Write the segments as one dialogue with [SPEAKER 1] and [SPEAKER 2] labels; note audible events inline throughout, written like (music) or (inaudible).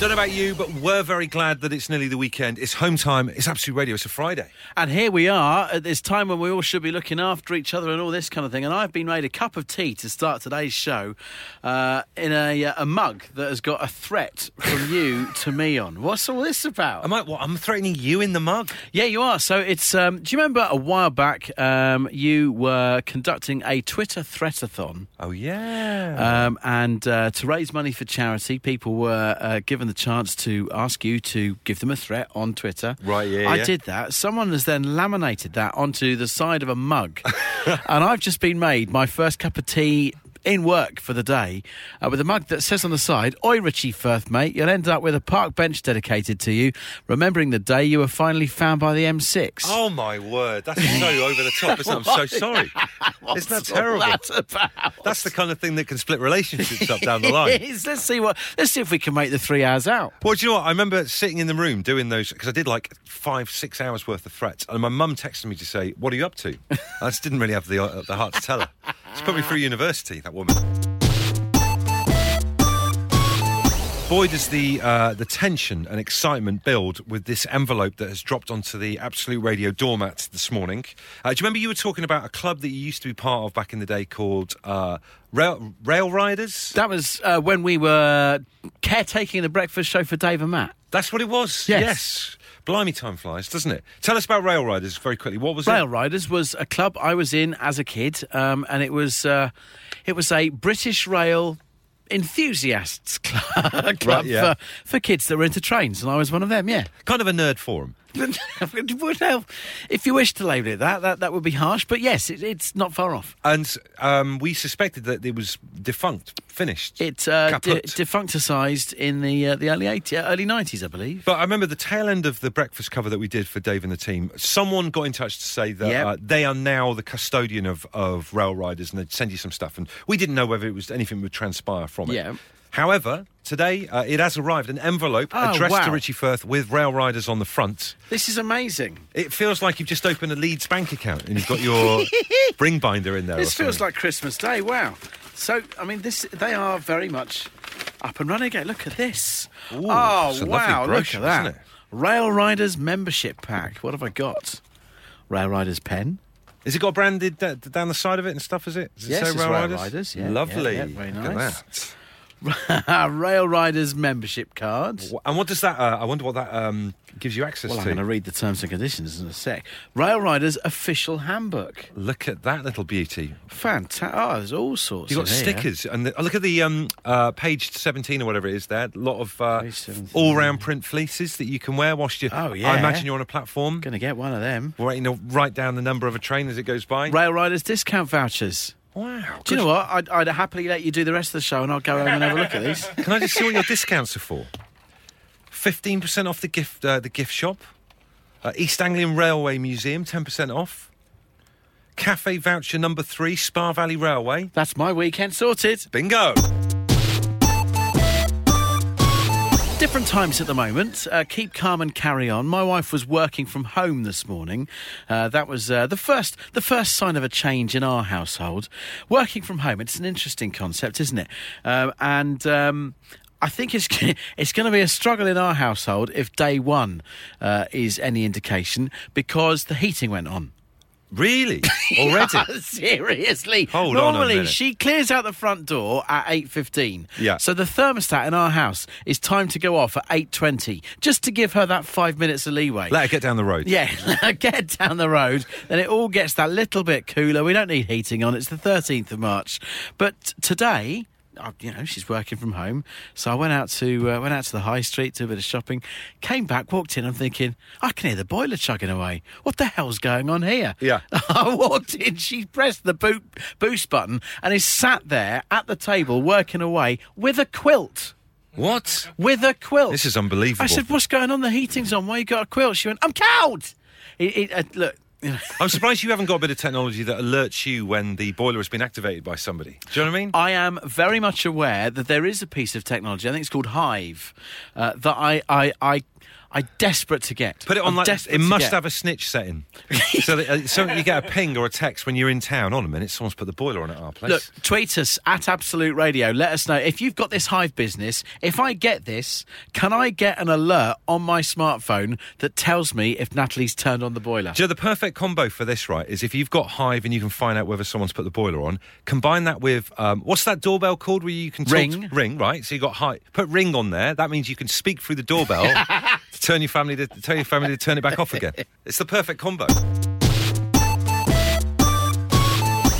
[SPEAKER 1] Don't know about you, but we're very glad that it's nearly the weekend. It's home time. It's Absolute Radio. It's a Friday.
[SPEAKER 2] And here we are at this time when we all should be looking after each other and all this kind of thing. And I've been made a cup of tea to start today's show uh, in a, uh, a mug that has got a threat from you to me on. What's all this about?
[SPEAKER 1] Am I? What? I'm threatening you in the mug.
[SPEAKER 2] yeah, you are. So it's. Um, do you remember a while back um, you were conducting a Twitter threatathon?
[SPEAKER 1] Oh yeah.
[SPEAKER 2] Um, and uh, to raise money for charity, people were uh, given the chance to ask you to give them a threat on Twitter.
[SPEAKER 1] Right, yeah,
[SPEAKER 2] I
[SPEAKER 1] yeah.
[SPEAKER 2] did that. Someone has then laminated that onto the side of a mug.
[SPEAKER 1] (laughs)
[SPEAKER 2] and I've just been made my first cup of tea in work for the day uh, with a mug that says on the side, Oi, Richie Firth, mate, you'll end up with a park bench dedicated to you, remembering the day you were finally found by the M6.
[SPEAKER 1] oh my word! That's so over the top. Isn't it? (laughs) I'm so sorry. Isn't that terrible?
[SPEAKER 2] That's about.
[SPEAKER 1] That's the kind of thing that can split relationships up down the (laughs) line.
[SPEAKER 2] (laughs) Yes, let's see what. Let's see if we can make the three hours out.
[SPEAKER 1] Well, do you know what? I remember sitting in the room doing those because I did like five, six hours worth of threats, and my mum texted me to say, "What are you up to?" I just didn't really have the uh, the heart to tell her. She put me through university. That woman. Boy, does the uh, the tension and excitement build with this envelope that has dropped onto the Absolute Radio doormat this morning. Uh, do you remember you were talking about a club that you used to be part of back in the day called uh, Rail Rail Riders?
[SPEAKER 2] That was uh, when we were caretaking the breakfast show for Dave and Matt.
[SPEAKER 1] That's what it was.
[SPEAKER 2] Yes.
[SPEAKER 1] Blimey, time flies, doesn't it? Tell us about Rail Riders very quickly. What was
[SPEAKER 2] Rail
[SPEAKER 1] it?
[SPEAKER 2] Riders was a club I was in as a kid, um, and it was uh, it was a British Rail enthusiasts (laughs) club, club
[SPEAKER 1] yeah.
[SPEAKER 2] for, for kids that were into trains, and I was one of them. Yeah. (laughs)
[SPEAKER 1] Kind of a nerd forum.
[SPEAKER 2] Well, if you wish to label it that, that, that would be harsh, but yes, it, it's not far off.
[SPEAKER 1] And um, we suspected that it was defunct, finished.
[SPEAKER 2] It uh, de-
[SPEAKER 1] Kaput.
[SPEAKER 2] defuncticized in the uh, the early 80s, early 90s, I believe.
[SPEAKER 1] But I remember the tail end of the breakfast cover that we did for Dave and the team. Someone got in touch to say that
[SPEAKER 2] Yep.
[SPEAKER 1] uh, they are now the custodian of, of rail riders and they'd send you some stuff. And we didn't know whether it was anything would transpire from it.
[SPEAKER 2] Yeah.
[SPEAKER 1] However, today uh, it has arrived an envelope
[SPEAKER 2] Oh,
[SPEAKER 1] addressed to
[SPEAKER 2] wow.
[SPEAKER 1] Richie Firth with rail riders on the front.
[SPEAKER 2] This is amazing.
[SPEAKER 1] It feels like you've just opened a Leeds bank account and you've got
[SPEAKER 2] (laughs)
[SPEAKER 1] your ring binder in there.
[SPEAKER 2] This feels like Christmas Day. Wow. So, I mean, this they are very much up and running again. Look at this. oh,
[SPEAKER 1] it's a lovely
[SPEAKER 2] wow.
[SPEAKER 1] brochure,
[SPEAKER 2] Look at
[SPEAKER 1] isn't
[SPEAKER 2] that.
[SPEAKER 1] it?
[SPEAKER 2] Rail Riders membership pack. What have I got? Rail Riders pen. (laughs)
[SPEAKER 1] Is it got branded da- down the side of it and stuff? Is it? Does it
[SPEAKER 2] Yes,
[SPEAKER 1] say
[SPEAKER 2] it's
[SPEAKER 1] Rail
[SPEAKER 2] Rail
[SPEAKER 1] Riders?
[SPEAKER 2] Riders, yeah,
[SPEAKER 1] Lovely.
[SPEAKER 2] yeah, yeah, very
[SPEAKER 1] Look at
[SPEAKER 2] nice.
[SPEAKER 1] that.
[SPEAKER 2] Rail Riders membership cards.
[SPEAKER 1] Wha- And what does that? Uh, I wonder what that um, gives you access
[SPEAKER 2] Well, I'm
[SPEAKER 1] to.
[SPEAKER 2] going to read the terms and conditions in a sec. Rail Riders official handbook.
[SPEAKER 1] Look at that little beauty.
[SPEAKER 2] Fantastic. Oh, there's all sorts.
[SPEAKER 1] You got
[SPEAKER 2] in here.
[SPEAKER 1] stickers, and the, oh, look at the um, uh, page seventeen or whatever it is. There, a lot of uh,
[SPEAKER 2] Page 17.
[SPEAKER 1] all-round print fleeces that you can wear whilst you.
[SPEAKER 2] Oh,
[SPEAKER 1] I
[SPEAKER 2] yeah.
[SPEAKER 1] imagine you're on a platform,
[SPEAKER 2] Going to get one of them.
[SPEAKER 1] waiting to write down the number of a train as it goes by.
[SPEAKER 2] Rail Riders discount vouchers.
[SPEAKER 1] Wow.
[SPEAKER 2] Do you know what? I'd, I'd happily let you do the rest of the show, and I'll go home and have a look at these.
[SPEAKER 1] Can I just see what your discounts are for? Fifteen percent off the gift uh, the gift shop, uh, East Anglian Railway Museum ten percent off, cafe voucher number three Spa Valley Railway.
[SPEAKER 2] That's my weekend sorted.
[SPEAKER 1] Bingo.
[SPEAKER 2] Different times at the moment. Uh, keep calm and carry on. My wife was working from home this morning. Uh, that was uh, the first the first sign of a change in our household. Working from home. It's an interesting concept, isn't it? Um, and. Um, I think it's (laughs) it's going to be a struggle in our household if day one uh, is any indication because the heating went on. (laughs)
[SPEAKER 1] Really? Already?
[SPEAKER 2] Seriously.
[SPEAKER 1] Hold on a
[SPEAKER 2] Normally,
[SPEAKER 1] minute.
[SPEAKER 2] she clears out the front door at 8.15.
[SPEAKER 1] Yeah.
[SPEAKER 2] So the thermostat in our house is timed to go off at 8.20, just to give her that five minutes of leeway.
[SPEAKER 1] Let her get down the road.
[SPEAKER 2] yeah, (laughs) get down the road, then it all gets that little bit cooler. We don't need heating on. It's the 13th of March. But today, I- you know, she's working from home, so I went out to uh, went out to the high street, did a bit of shopping, came back, walked in. I'm thinking, I can hear the boiler chugging away. What the hell's going on here?
[SPEAKER 1] Yeah.
[SPEAKER 2] (laughs) I walked in. She pressed the boot, boost button and is sat there at the table working away with a quilt.
[SPEAKER 1] What?
[SPEAKER 2] With a quilt.
[SPEAKER 1] This is unbelievable.
[SPEAKER 2] I said, "What's going on? The heating's on. Why you got a quilt?" She went, "I'm cold." It, it, uh, look, (laughs) you know,
[SPEAKER 1] I'm surprised you haven't got a bit of technology that alerts you when the boiler has been activated by somebody. Do you know what I mean?
[SPEAKER 2] I am very much aware that there is a piece of technology. I think it's called Hive. Uh, that I, I, I, I desperate to get.
[SPEAKER 1] Put it on
[SPEAKER 2] I'm
[SPEAKER 1] like
[SPEAKER 2] desperate
[SPEAKER 1] it
[SPEAKER 2] to
[SPEAKER 1] must
[SPEAKER 2] get.
[SPEAKER 1] have a snitch setting, so that, uh, so you get a ping or a text when you're in town. On a minute, someone's put the boiler on at our place.
[SPEAKER 2] Look, tweet us at Absolute Radio. Let us know if you've got this hive business. If I get this, can I get an alert on my smartphone that tells me if Natalie's turned on the boiler?
[SPEAKER 1] Joe, the perfect combo for this, right, is if you've got Hive and you can find out whether someone's put the boiler on, combine that with um, what's that doorbell called where you can talk
[SPEAKER 2] Ring.
[SPEAKER 1] to- ring, right? So you got Hive, put ring on there. That means you can speak through the doorbell to turn your family to tell your family to turn it back off again. It's the perfect combo.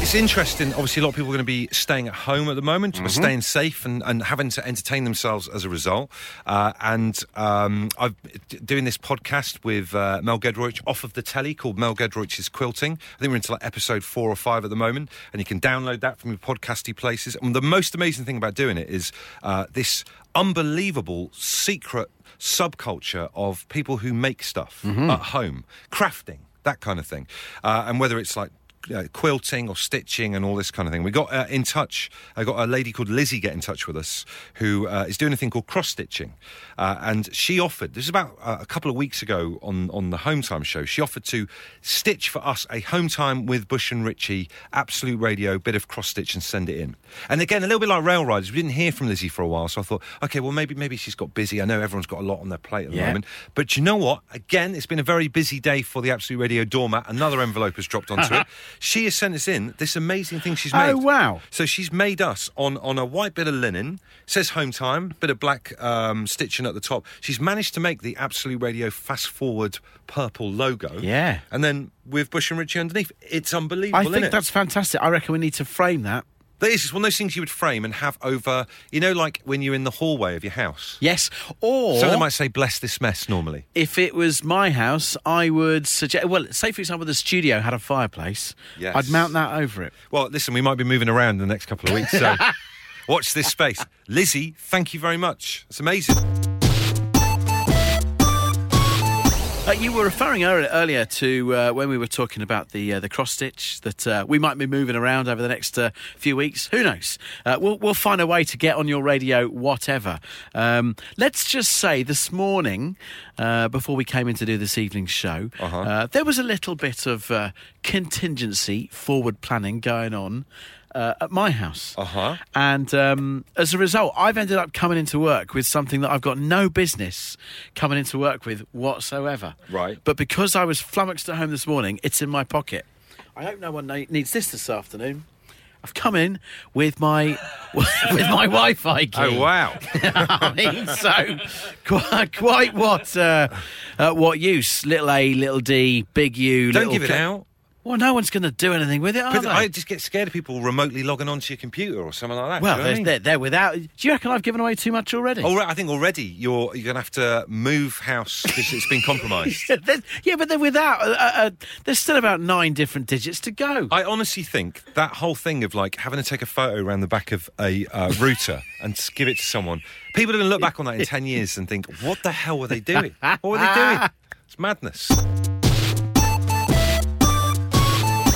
[SPEAKER 1] It's interesting. Obviously, a lot of people are going to be staying at home at the moment, but staying safe and, and having to entertain themselves as a result. Uh, and um, I'm d- doing this podcast with uh, Mel Gedroych off of the telly called Mel Gedroich's Quilting. I think we're into like episode four or five at the moment, and you can download that from your podcasty places. And the most amazing thing about doing it is uh, this unbelievable secret subculture of people who make stuff at home, crafting. That kind of thing, uh, and whether it's like uh, quilting or stitching and all this kind of thing. We got uh, in touch. I got a lady called Lizzie get in touch with us who uh, is doing a thing called cross stitching, uh, and she offered. This is about uh, a couple of weeks ago on on the Home Time show. She offered to stitch for us a Home Time with Bush and Ritchie Absolute Radio bit of cross stitch and send it in. And again, a little bit like Rail Riders, we didn't hear from Lizzie for a while, so I thought, okay, well maybe maybe she's got busy. I know everyone's got a lot on their plate at the
[SPEAKER 2] Yeah.
[SPEAKER 1] moment. But you know what? Again, it's been a very busy day for the Absolute Radio doormat. Another envelope has dropped onto
[SPEAKER 2] (laughs)
[SPEAKER 1] it. She has sent us in this amazing thing she's made.
[SPEAKER 2] Oh, wow.
[SPEAKER 1] So she's made us on, on a white bit of linen, says home time, bit of black um, stitching at the top. She's managed to make the Absolute Radio fast forward purple logo.
[SPEAKER 2] Yeah.
[SPEAKER 1] And then with Bush and Richie underneath. It's unbelievable,
[SPEAKER 2] I
[SPEAKER 1] isn't
[SPEAKER 2] think
[SPEAKER 1] it?
[SPEAKER 2] that's fantastic. I reckon we need to frame that.
[SPEAKER 1] That is, it's one of those things you would frame and have over, you know, like when you're in the hallway of your house.
[SPEAKER 2] Yes, or
[SPEAKER 1] Someone might say, bless this mess normally.
[SPEAKER 2] if it was my house, I would suggest. Well, say for example, the studio had a fireplace.
[SPEAKER 1] Yes.
[SPEAKER 2] I'd mount that over it.
[SPEAKER 1] Well, listen, we might be moving around in the next couple of weeks,
[SPEAKER 2] (laughs)
[SPEAKER 1] so watch this space. Lizzie, thank you very much. It's amazing.
[SPEAKER 2] Uh, you were referring ear- earlier to uh, when we were talking about the uh, the cross stitch that uh, we might be moving around over the next uh, few weeks. Who knows? Uh, we'll we'll find a way to get on your radio, whatever. Um, let's just say this morning, uh, before we came in to do this evening's show, uh there was a little bit of uh, contingency forward planning going on. Uh, at my house.
[SPEAKER 1] Uh-huh.
[SPEAKER 2] And um, as a result, I've ended up coming into work with something that I've got no business coming into work with whatsoever.
[SPEAKER 1] Right.
[SPEAKER 2] But because I was flummoxed at home this morning, it's in my pocket. I hope no one ne- needs this this afternoon. I've come in with my (laughs) with my Wi-Fi key.
[SPEAKER 1] Oh, wow.
[SPEAKER 2] (laughs) I mean, so (laughs) quite quite what uh, uh, what use? Little A, little D, big U.
[SPEAKER 1] Don't
[SPEAKER 2] little
[SPEAKER 1] give it
[SPEAKER 2] K-
[SPEAKER 1] out.
[SPEAKER 2] Well, no one's going to do anything with it, are
[SPEAKER 1] But
[SPEAKER 2] they?
[SPEAKER 1] I just get scared of people remotely logging onto your computer or something like that. do
[SPEAKER 2] well,
[SPEAKER 1] you know what I
[SPEAKER 2] they're,
[SPEAKER 1] mean?
[SPEAKER 2] they're, they're without. Do you reckon I've given away too much already? (laughs)
[SPEAKER 1] Alre- I think already you're you're gonna have to move house because it's been compromised.
[SPEAKER 2] There's- yeah, but they're without. Uh, uh, there's still about nine different digits to go.
[SPEAKER 1] I honestly think that whole thing of like having to take a photo around the back of a
[SPEAKER 2] (laughs)
[SPEAKER 1] uh, router and s- give it to someone, people are going to look back on that in 10 years and think, what the hell were they doing? What were they doing? It's madness.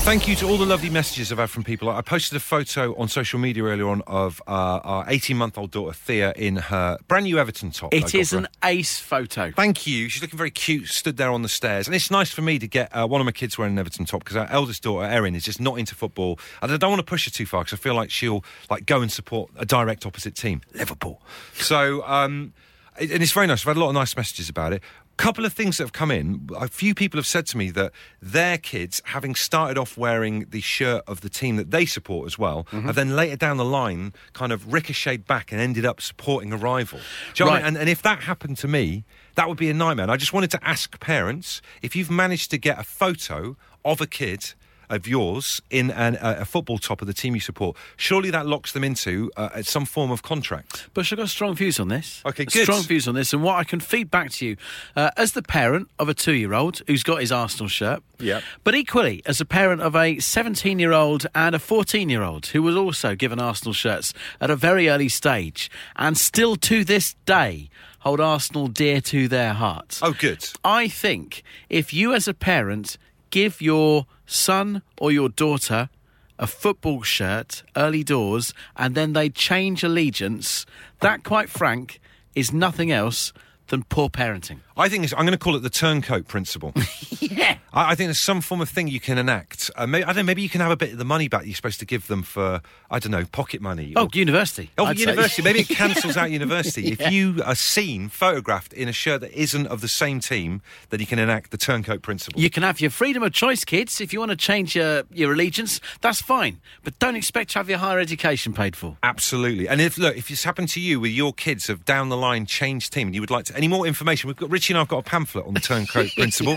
[SPEAKER 1] Thank you to all the lovely messages I've had from people. I posted a photo on social media earlier on of uh, our 18 month old daughter Thea in her brand new Everton top. I got
[SPEAKER 2] it is
[SPEAKER 1] for her.
[SPEAKER 2] an ace photo.
[SPEAKER 1] Thank you. She's looking very cute, stood there on the stairs. And it's nice for me to get uh, one of my kids wearing an Everton top because our eldest daughter, Erin, is just not into football. And I don't want to push her too far because I feel like she'll like go and support a direct opposite team, Liverpool. So, um, it- and it's very nice. I've had a lot of nice messages about it. Couple of things that have come in. A few people have said to me that their kids, having started off wearing the shirt of the team that they support as well, have then later down the line kind of ricocheted back and ended up supporting a rival. Do you know what I mean?
[SPEAKER 2] Right.
[SPEAKER 1] And and if that happened to me, that would be a nightmare. And I just wanted to ask parents if you've managed to get a photo of a kid of yours in an, a, a football top of the team you support, surely that locks them into uh, some form of contract.
[SPEAKER 2] Bush, I've got strong views on this.
[SPEAKER 1] Okay, good.
[SPEAKER 2] Strong views on this, and what I can feed back to you uh, as the parent of a two year old who's got his Arsenal shirt,
[SPEAKER 1] Yep.
[SPEAKER 2] but equally as a parent of a 17 year old and a 14 year old who was also given Arsenal shirts at a very early stage and still to this day hold Arsenal dear to their hearts.
[SPEAKER 1] Oh, good.
[SPEAKER 2] I think if you, as a parent, give your son or your daughter a football shirt early doors and then they change allegiance, that, quite frank, is nothing else than poor parenting.
[SPEAKER 1] I think it's, I'm going to call it the turncoat principle.
[SPEAKER 2] (laughs) Yeah.
[SPEAKER 1] I, I think there's some form of thing you can enact. Uh, may I don't know, maybe you can have a bit of the money back you're supposed to give them for, I don't know, pocket money.
[SPEAKER 2] Oh,
[SPEAKER 1] or,
[SPEAKER 2] university.
[SPEAKER 1] Oh,
[SPEAKER 2] I'd say.
[SPEAKER 1] university. Maybe it cancels
[SPEAKER 2] (laughs)
[SPEAKER 1] out university. If you are seen photographed in a shirt that isn't of the same team, then you can enact the turncoat principle.
[SPEAKER 2] You can have your freedom of choice, kids. If you want to change your, your allegiance, that's fine. But don't expect to have your higher education paid for.
[SPEAKER 1] Absolutely. And if look, if this happened to you with your kids have down the line changed team and you would like to any more information, we've got Richie and I've got a pamphlet on the
[SPEAKER 2] (laughs)
[SPEAKER 1] turncoat principle.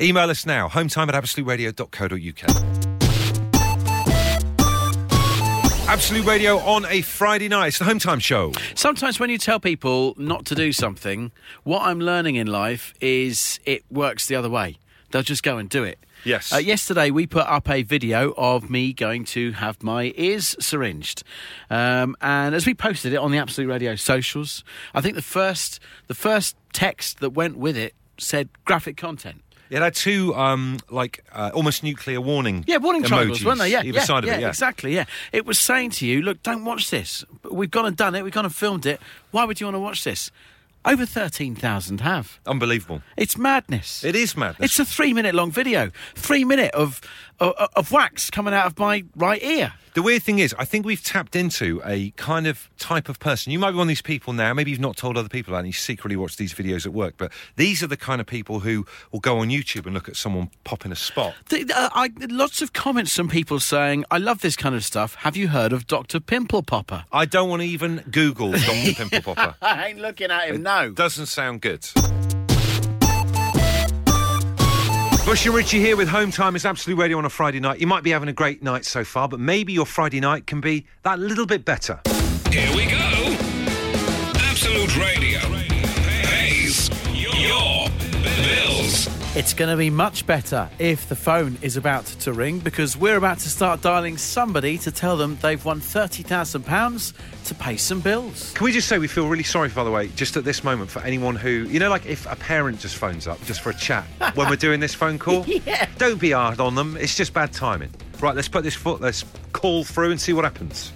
[SPEAKER 1] Email us now, hometime at absoluteradio.co.uk. Absolute Radio on a Friday night. It's the home time show.
[SPEAKER 2] Sometimes when you tell people not to do something, what I'm learning in life is it works the other way. They'll just go and do it.
[SPEAKER 1] Yes.
[SPEAKER 2] Uh, yesterday, we put up a video of me going to have my ears syringed, um, and as we posted it on the Absolute Radio socials, I think the first the first text that went with it said graphic content.
[SPEAKER 1] It had two um like uh, almost nuclear warning
[SPEAKER 2] Yeah, warning
[SPEAKER 1] emojis
[SPEAKER 2] triangles, weren't they? Yeah,
[SPEAKER 1] either
[SPEAKER 2] yeah,
[SPEAKER 1] side of
[SPEAKER 2] yeah,
[SPEAKER 1] it, yeah.
[SPEAKER 2] exactly. Yeah, it was saying to you, look, don't watch this. We've gone and done it. We've gone and filmed it. Why would you want to watch this? Over thirteen thousand have.
[SPEAKER 1] Unbelievable.
[SPEAKER 2] It's madness.
[SPEAKER 1] It is madness.
[SPEAKER 2] It's a three-minute-long video. Three minute of, of of wax coming out of my right ear.
[SPEAKER 1] The weird thing is, I think we've tapped into a kind of type of person. You might be one of these people now. Maybe you've not told other people, and you secretly watch these videos at work. But these are the kind of people who will go on YouTube and look at someone popping a spot.
[SPEAKER 2] The, uh, I, lots of comments from people saying, "I love this kind of stuff." Have you heard of Doctor Pimple Popper?
[SPEAKER 1] I don't want to even Google Dr. Pimple Popper.
[SPEAKER 2] I ain't looking at him. No.
[SPEAKER 1] Doesn't sound good. Bush and Richie here with Home Time is Absolute Radio on a Friday night. You might be having a great night so far, but maybe your Friday night can be that little bit better.
[SPEAKER 3] Here we go. Absolute Radio pays your bills.
[SPEAKER 2] It's going to be much better if the phone is about to ring because we're about to start dialing somebody to tell them they've won thirty thousand pounds to pay some bills.
[SPEAKER 1] Can we just say we feel really sorry, by the way, just at this moment for anyone who, you know, like if a parent just phones up just for a chat when we're doing this phone call? Yeah. Don't be hard on them. It's just bad timing. Right, let's put this foot, let's call through and see what happens.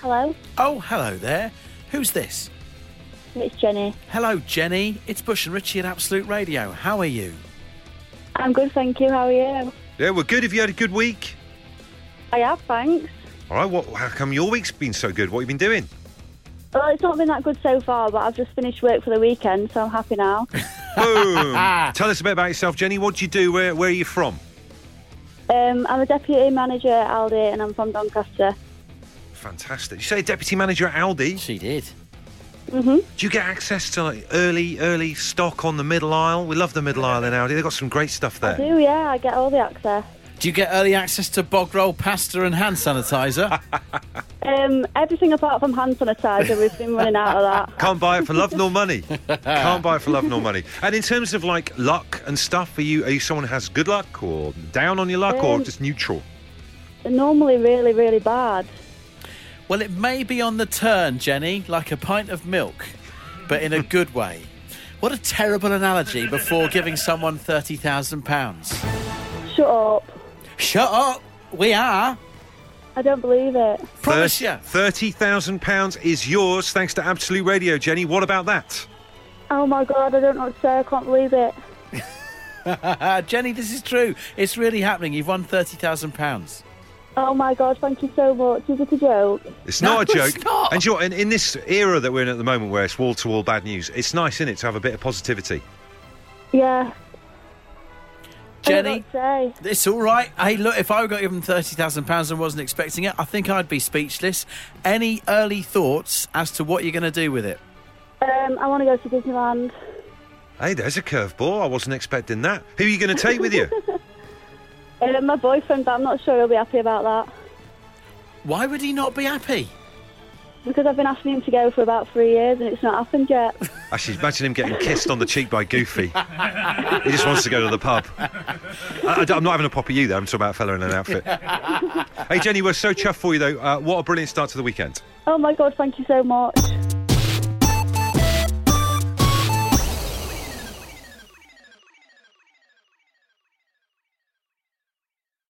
[SPEAKER 4] Hello,
[SPEAKER 2] Oh, hello there. Who's this?
[SPEAKER 4] it's Jenny.
[SPEAKER 2] Hello, Jenny. It's Bush and Richie at Absolute Radio. How are you?
[SPEAKER 4] I'm good, thank you. How are you?
[SPEAKER 1] Yeah, we're good. Have you had a good week?
[SPEAKER 4] I have, thanks.
[SPEAKER 1] All right, what, how come your week's been so good? What have you been doing?
[SPEAKER 4] Well, it's not been that good so far, but I've just finished work for the weekend, so I'm happy (laughs) now.
[SPEAKER 1] Boom. Tell us a bit about yourself, Jenny. What do you do? Where, where are you from?
[SPEAKER 4] Um, I'm a deputy manager at Aldi, and I'm from Doncaster.
[SPEAKER 1] Fantastic. You say deputy manager at Aldi.
[SPEAKER 2] She did.
[SPEAKER 1] Do you get access to like early, early stock on the middle aisle? We love the middle aisle in Aldi. They've got some great stuff there.
[SPEAKER 4] Do yeah, I get all the access.
[SPEAKER 2] Do you get early access to bog roll pasta and hand sanitizer? (laughs)
[SPEAKER 4] Um, everything apart from hand sanitizer, we've been running out of (laughs) that.
[SPEAKER 1] Can't buy it for love nor
[SPEAKER 4] (laughs)
[SPEAKER 1] money. Can't buy it for love nor money. And in terms of like luck and stuff, are you are you someone who has good luck or down on your luck or
[SPEAKER 4] Um,
[SPEAKER 1] just neutral?
[SPEAKER 4] They're normally really, really bad.
[SPEAKER 2] well, it may be on the turn, Jenny, like a pint of milk, but in a good way. What a terrible analogy before giving someone £30,000.
[SPEAKER 4] Shut up.
[SPEAKER 2] Shut up! We are!
[SPEAKER 4] I don't believe it.
[SPEAKER 2] Promise
[SPEAKER 1] Thir-
[SPEAKER 2] you!
[SPEAKER 1] Thirty thousand pounds is yours thanks to Absolute Radio, Jenny. What about that?
[SPEAKER 4] Oh my god, I don't know what to say. I can't believe it.
[SPEAKER 2] (laughs) Jenny, this is true. It's really happening. You've won £30,000.
[SPEAKER 4] Oh my god, thank you so much. Is it a joke?
[SPEAKER 1] It's
[SPEAKER 2] No,
[SPEAKER 1] not a joke.
[SPEAKER 2] it's not.
[SPEAKER 1] And you're, in, in this era that we're in at the moment where it's wall to wall bad news, it's nice, isn't it, to have a bit of positivity.
[SPEAKER 4] Yeah.
[SPEAKER 2] Jenny?
[SPEAKER 4] I don't know what to say.
[SPEAKER 2] It's all right. Hey, look, if I got given thirty thousand pounds and wasn't expecting it, I think I'd be speechless. Any early thoughts as to what you're going to do with it?
[SPEAKER 4] Um, I want to go to Disneyland.
[SPEAKER 1] Hey, there's a curveball. I wasn't expecting that. Who are you going to take
[SPEAKER 2] (laughs)
[SPEAKER 1] with you?
[SPEAKER 4] Uh, my boyfriend, but I'm not sure he'll be happy about that
[SPEAKER 2] Why would he not be happy?
[SPEAKER 4] because I've been asking him to go for about three years and it's not happened yet.
[SPEAKER 1] Actually, imagine him getting kissed on the cheek by Goofy. he just wants to go to the pub. I, am not having a pop at you there. I'm talking about a fella in an
[SPEAKER 2] (laughs)
[SPEAKER 1] outfit. hey, Jenny, we're so chuffed for you, though. Uh, what a brilliant start to the weekend.
[SPEAKER 4] oh my god, thank you so much.